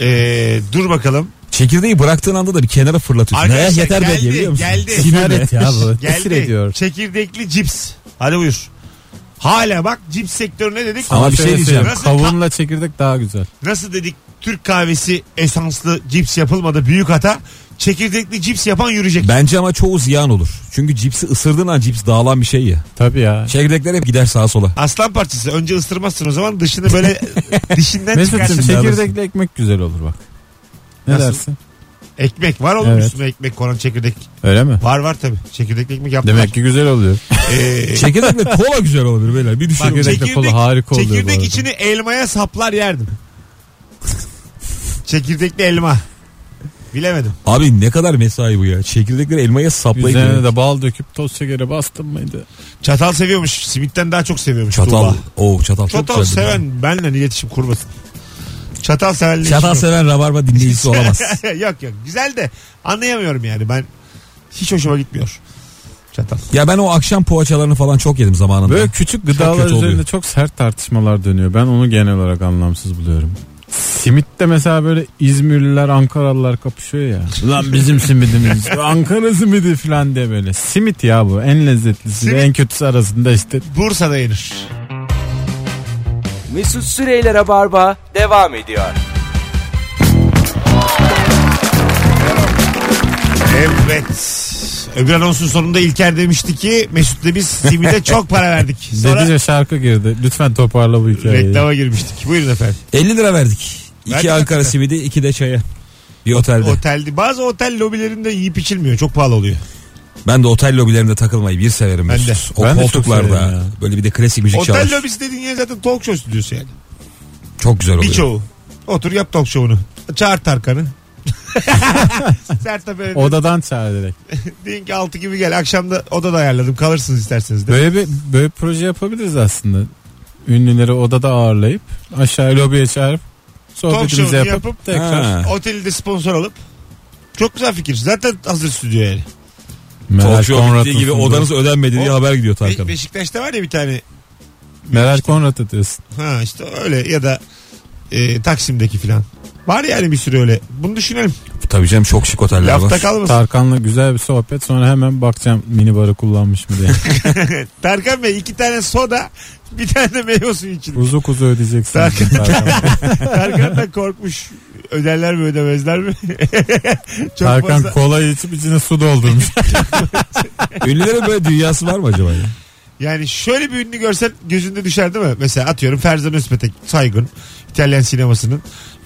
B: Ee, dur bakalım.
D: Çekirdeği bıraktığın anda da bir kenara fırlatıyorsun.
B: Arkadaşlar
D: Eh, yeter be
B: geldi,
D: diye biliyor musun?
B: geldi.
D: Sinir
C: Evet
D: ya.
C: ya bu. Sinir
B: Geldi
C: ediyor.
B: çekirdekli cips. Hadi buyur. Hala bak cips sektörü ne dedik?
D: Ama bir şey
C: Şöyle
D: diyeceğim.
C: söyleyeyim, Kavunla çekirdek daha güzel.
B: Nasıl dedik Türk kahvesi esanslı cips yapılmadı büyük hata. Çekirdekli cips yapan yürüyecek.
D: Bence ama çoğu ziyan olur. Çünkü cipsi ısırdığın an cips dağılan bir şey ya.
C: Tabii ya.
D: Çekirdekler hep gider sağa sola.
B: Aslan parçası. Önce ısırmazsın o zaman dışını böyle dişinden
C: Mesut'cum
B: çıkarsın.
C: çekirdekli ekmek güzel olur bak. Ne
B: Nasıl?
C: dersin?
B: Ekmek var oğlum
C: Evet.
B: üstüne ekmek konan çekirdek.
C: Öyle mi?
B: Var var tabii. Çekirdekli ekmek yaptılar.
C: Demek ki güzel oluyor.
B: Ee,
D: Çekirdekle kola güzel olabilir beyler. Bir düşünün.
C: Bak, Çekirdekli kola harika oluyor bu
B: Çekirdek
C: arada.
B: içini elmaya saplar yerdim. Çekirdekli elma. Bilemedim.
D: Abi ne kadar mesai bu ya. Çekirdekleri elmaya saplayıp.
C: Üzerine de bal döküp toz şekeri bastın mıydı?
B: Çatal seviyormuş. Simitten daha çok seviyormuş.
D: Çatal.
B: Tuğba.
D: Oo çatal, çok
B: Çatal
D: güzeldir.
B: seven benle iletişim kurmasın. Çatal sevenle
D: Çatal
B: iletişim
D: seven rabarba dinleyicisi olamaz.
B: kurmasın. yok yok. Güzel de anlayamıyorum yani. Ben hiç hoşuma gitmiyor. Çatal.
D: ya ben o akşam poğaçalarını falan çok yedim zamanında.
C: Böyle küçük gıdalar
D: kötü
C: üzerinde
D: oluyor.
C: çok sert tartışmalar dönüyor. Ben onu genel olarak anlamsız buluyorum. Simitte mesela böyle İzmirliler, Ankaralılar kapışıyor ya. Lan bizim simidimiz, Ankara simidi falan diye böyle. Simit ya bu. En lezzetlisi,
B: Simit.
C: en kötüsü arasında işte.
B: Bursa'da yenir.
A: Mesut Süreyler'e barba devam ediyor.
B: Evet. Öbür anonsun sonunda İlker demişti ki Mesut'la biz simide çok para verdik. Sonra
C: Dedice şarkı girdi. Lütfen toparla bu hikayeyi.
B: reklama girmiştik. Buyurun efendim.
D: 50 lira verdik.
B: Verdik
D: İki Ankara
B: hakikaten.
D: simidi iki de çaya. Bir otelde.
B: Otelde bazı otel lobilerinde yiyip içilmiyor. Çok pahalı oluyor.
D: ben de otel lobilerinde takılmayı bir severim.
B: Ben
D: Mesut.
B: de.
D: O
C: Ben de çok
D: koltuklarda
C: severim ya.
D: böyle bir şey de klasik müzik
B: otel
D: çalar.
B: lobisi dediğin yer zaten talk show stüdyosu yani.
D: Çok güzel oluyor.
B: Birçoğu. Otur yap talk show'unu. Çağır Tarkan'ı. Sertab Erener.
C: Odadan çağır direkt.
B: Deyin ki 6 gibi gel. Akşam da odada ayarladım. Kalırsınız isterseniz de.
C: Böyle bir böyle bir proje yapabiliriz aslında. Ünlüleri odada ağırlayıp aşağı lobiye çağırıp sohbetimizi
B: show'unu
C: yapıp,
B: yapıp-
C: tekrar.
D: Ha.
B: Oteli de sponsor alıp. Çok güzel fikir. Zaten hazır stüdyo yani.
C: Meral
D: Talk show
C: Konrad'ın
D: bittiği gibi
C: sunduğu-
D: odanız ödenmedi diye
B: O-
D: haber gidiyor Tarkan'ın.
B: Be- Beşiktaş'ta var ya bir tane.
C: Meral Konrad'ı diyorsun.
B: Ha işte öyle ya da e, Taksim'deki filan. Var yani bir sürü öyle. Bunu düşünelim.
D: Tabii canım çok şık oteller
B: Lafta
D: var.
B: kalmasın.
C: Tarkan'la güzel bir sohbet sonra hemen bakacağım minibarı kullanmış mı diye.
B: Tarkan Bey iki tane soda bir tane de meyve suyu içilmiş.
C: Kuzu kuzu ödeyeceksin.
B: Tarkan-
C: Tarkan,
B: Tarkan da korkmuş. Öderler mi ödemezler mi? Çok
C: Tarkan
B: fazla.
C: kola içip içine su doldurmuş.
D: Ünlülerin böyle dünyası var mı acaba? ya?
B: Yani şöyle bir ünlü görsen gözünde düşer değil mi? Mesela atıyorum Ferzan Özpetek saygın. İtalyan sinemasının.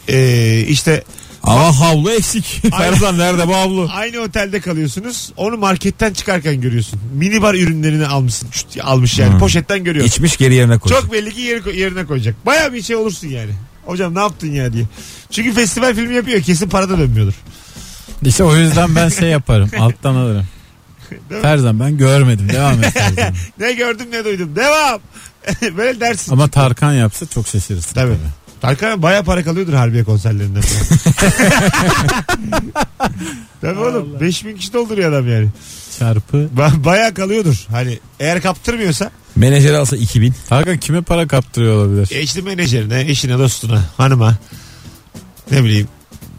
B: Ee, işte
D: Ama havlu eksik.
B: Ay-
D: Ferzan nerede bu havlu?
B: aynı otelde kalıyorsunuz. Onu marketten çıkarken görüyorsun. Minibar ürünlerini almışsın. Şut- Almış yani.
D: Hmm.
B: Poşetten görüyorsun.
D: İçmiş geri yerine koy.
B: Çok belli ki yeri- yerine koyacak. Baya bir şey olursun yani. Hocam ne yaptın ya diye. Çünkü festival filmi yapıyor. Kesin parada dönmüyordur.
C: işte o yüzden ben şey yaparım. Alttan alırım.
B: Değil mi?
C: Ferzan ben görmedim. Devam et Ferzan.
B: Ne gördüm ne duydum. Devam. Böyle dersin.
C: Ama Tarkan yapsa çok şaşırırsın.
B: Tabii. Tarkan baya para kalıyordur Harbiye konserlerinden falan. Tabii oğlum. 5000 kişi dolduruyor adam yani.
C: Çarpı.
B: Ba- baya kalıyordur. Hani eğer kaptırmıyorsa
D: Menajeri alsa 2000.
C: Tarkan kime para kaptırıyor olabilir?
B: e işte menajerine, eşine, dostuna, hanıma. Ne bileyim.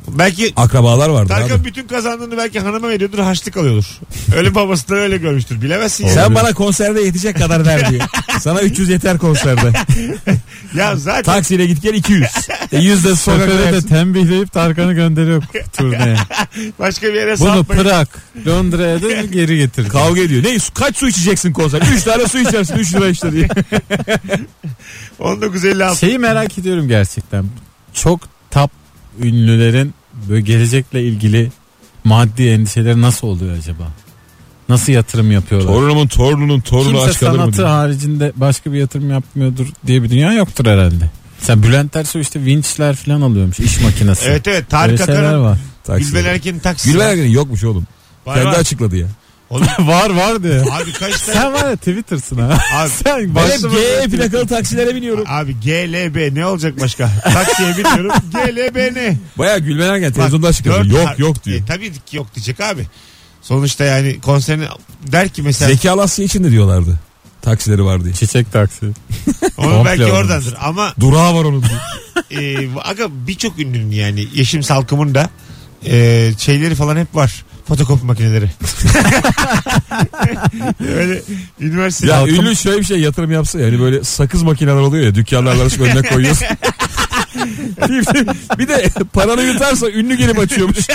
B: Belki
D: Akrabalar vardı abi.
B: Tarkan bütün kazandığını belki hanıma veriyordur harçlık alıyordur. Öyle babası da öyle görmüştür bilemezsin. ya.
D: Sen bana konserde yetecek kadar ver diyor. Sana 300 yeter konserde.
B: Ya zaten
D: Taksiyle git gel 200. E 100 de sokakta
C: Şoförü de
D: yersin.
C: tembihleyip Tarkan'ı gönderiyor turneye.
B: başka bir yere
C: Bunu
B: sapmayın.
C: bırak. Londra'ya da geri getir.
D: Kavga ediyor. Ne su- kaç su içeceksin konserde? 3 tane su içersin 3 lira işte diye.
B: 1956.
C: Şeyi merak ediyorum gerçekten. Çok top ünlülerin böyle gelecekle ilgili maddi endişeleri nasıl oluyor acaba? Nasıl yatırım yapıyorlar?
D: Torunumun torununun torunu
C: Kimse
D: aç kalır mı?
C: sanatı
D: diye.
C: haricinde başka bir yatırım yapmıyordur diye bir dünya yoktur herhalde. Sen Bülent Ersoy işte vinçler falan alıyormuş iş makinesi.
B: Evet evet
C: Böyle
B: Tarık
C: şeyler
B: Akan'ın
C: var.
D: Taksiyle.
B: Gülben Erken'in taksisi.
D: Gülben Ergen'in yokmuş oğlum.
B: Var,
D: Kendi
B: var.
D: açıkladı ya.
B: Oğlum,
C: var var diye.
B: abi kaç tane
C: Sen var ya Twitter'sın ha. E
B: Abi-
C: Sen
D: Ben
C: başlı
D: hep
C: başına-
D: G plakalı taksilere biniyorum.
B: Abi GLB ne olacak başka? Taksiye biniyorum. GLB ne?
D: Baya Gülben Ergen
B: Bak,
D: televizyonda açıkladı.
B: dört
D: Yok
B: harf-
D: yok diyor.
B: E, tabii ki yok diyecek abi. Sonuçta yani konserini der ki mesela
D: Zeki Alasya için de diyorlardı. Taksileri var diye.
C: Çiçek taksi.
B: onu
C: komple
B: belki
C: olmuş.
B: oradandır ama
D: Durağı var onun diye.
B: e, aga birçok ünlünün yani Yeşim Salkım'ın da e, şeyleri falan hep var. Fotokopi makineleri. Öyle üniversite
D: Ya
B: Salkım-
D: ünlü şöyle bir şey yatırım yapsa yani böyle sakız makineler oluyor ya dükkanlarla açıp önüne koyuyorsun. bir de paranı yutarsa ünlü gelip açıyormuş.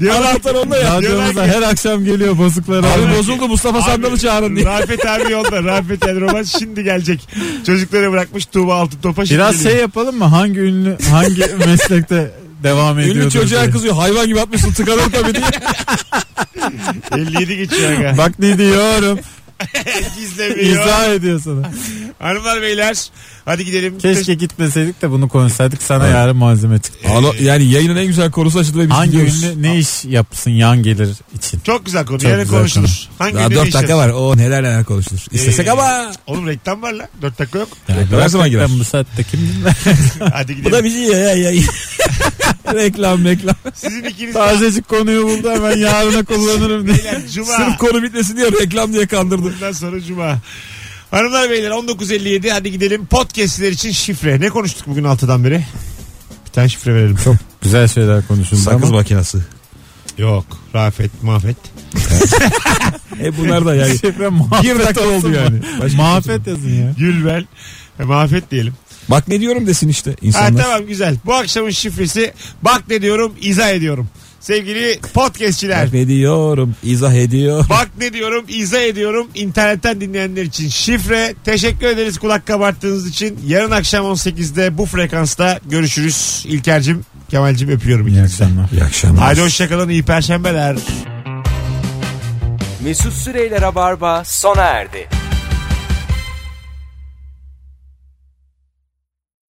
B: diyorlar ki-
D: Anahtar onda ya.
C: Radyomuza her akşam geliyor bozukları.
D: Abi bozuldu Mustafa Sandal'ı çağırın diye.
B: Rafet abi yolda. Rafet El Roman şimdi gelecek. Çocukları bırakmış Tuğba Altın Topa şimdi
C: Biraz şey
B: geliyor.
C: yapalım mı? Hangi ünlü hangi meslekte devam ediyor?
D: Ünlü çocuğa kızıyor hayvan gibi atmışsın tıkanır tabii diye. şey-
B: 57 geçiyor aga.
C: Bak ne diyorum.
B: Gizlemiyor.
C: İzah ediyor sana.
B: Hanımlar beyler hadi gidelim.
C: Keşke gitmeseydik de bunu konuşsaydık sana yarın malzeme çıktı.
D: Ano, yani yayının en güzel konusu açıldı ve biz
C: Hangi
D: gidiyoruz.
C: ünlü ne iş yapsın yan gelir için?
B: Çok güzel konu.
C: Çok
B: Yarın
C: güzel
B: konuşulur. Hangi
D: Daha
B: ünlü
D: 4
B: değişir?
D: dakika var. O neler neler konuşulur. İstesek
B: Ee,
D: ama.
B: Oğlum reklam var lan. 4 dakika yok.
C: Yani
D: Reklam her zaman girer.
C: gerçekten Bu saatte kim dinler?
B: Hadi
D: Bu
B: gidelim.
D: da bizi ya ya ya. reklam reklam.
B: Sizin ikiniz de
C: Tazecik konuyu buldu hemen yarına kullanırım diye.
B: beyler cuma.
D: Sırf konu bitmesin diye reklam diye kandırdı.
B: Bundan sonra cuma. Hanımlar beyler 19.57 hadi gidelim. Podcast'ler için şifre. Ne konuştuk bugün 6'dan beri? Bir tane şifre verelim. Çok.
C: Güzel şeyler konuşuldu
D: Sakız
C: ama.
D: makinesi.
B: Yok. Rafet, Mafet.
D: E bunlar da yani.
C: Şifre muhabbet
D: Bir dakika
C: olsun şey
D: oldu
C: mu?
D: yani. Başka
C: Muhabbet yazın ya.
B: Gülbel. E, Mafet diyelim.
D: Bak ne diyorum desin işte
B: Ha,
D: insanlar.
B: tamam güzel. Bu akşamın şifresi bak ne diyorum izah ediyorum. Sevgili podcastçiler
D: Bak ne diyorum izah ediyor.
B: Bak ne diyorum izah ediyorum internetten dinleyenler için şifre teşekkür ederiz kulak kabarttığınız için yarın akşam 18'de bu frekansta görüşürüz İlker'cim Kemal'cim öpüyorum
C: İyi
B: ikinizi de.
C: akşamlar.
D: İyi akşamlar.
B: Haydi hoşçakalın iyi perşembeler
A: Mesut Süreyler'e barba sona erdi.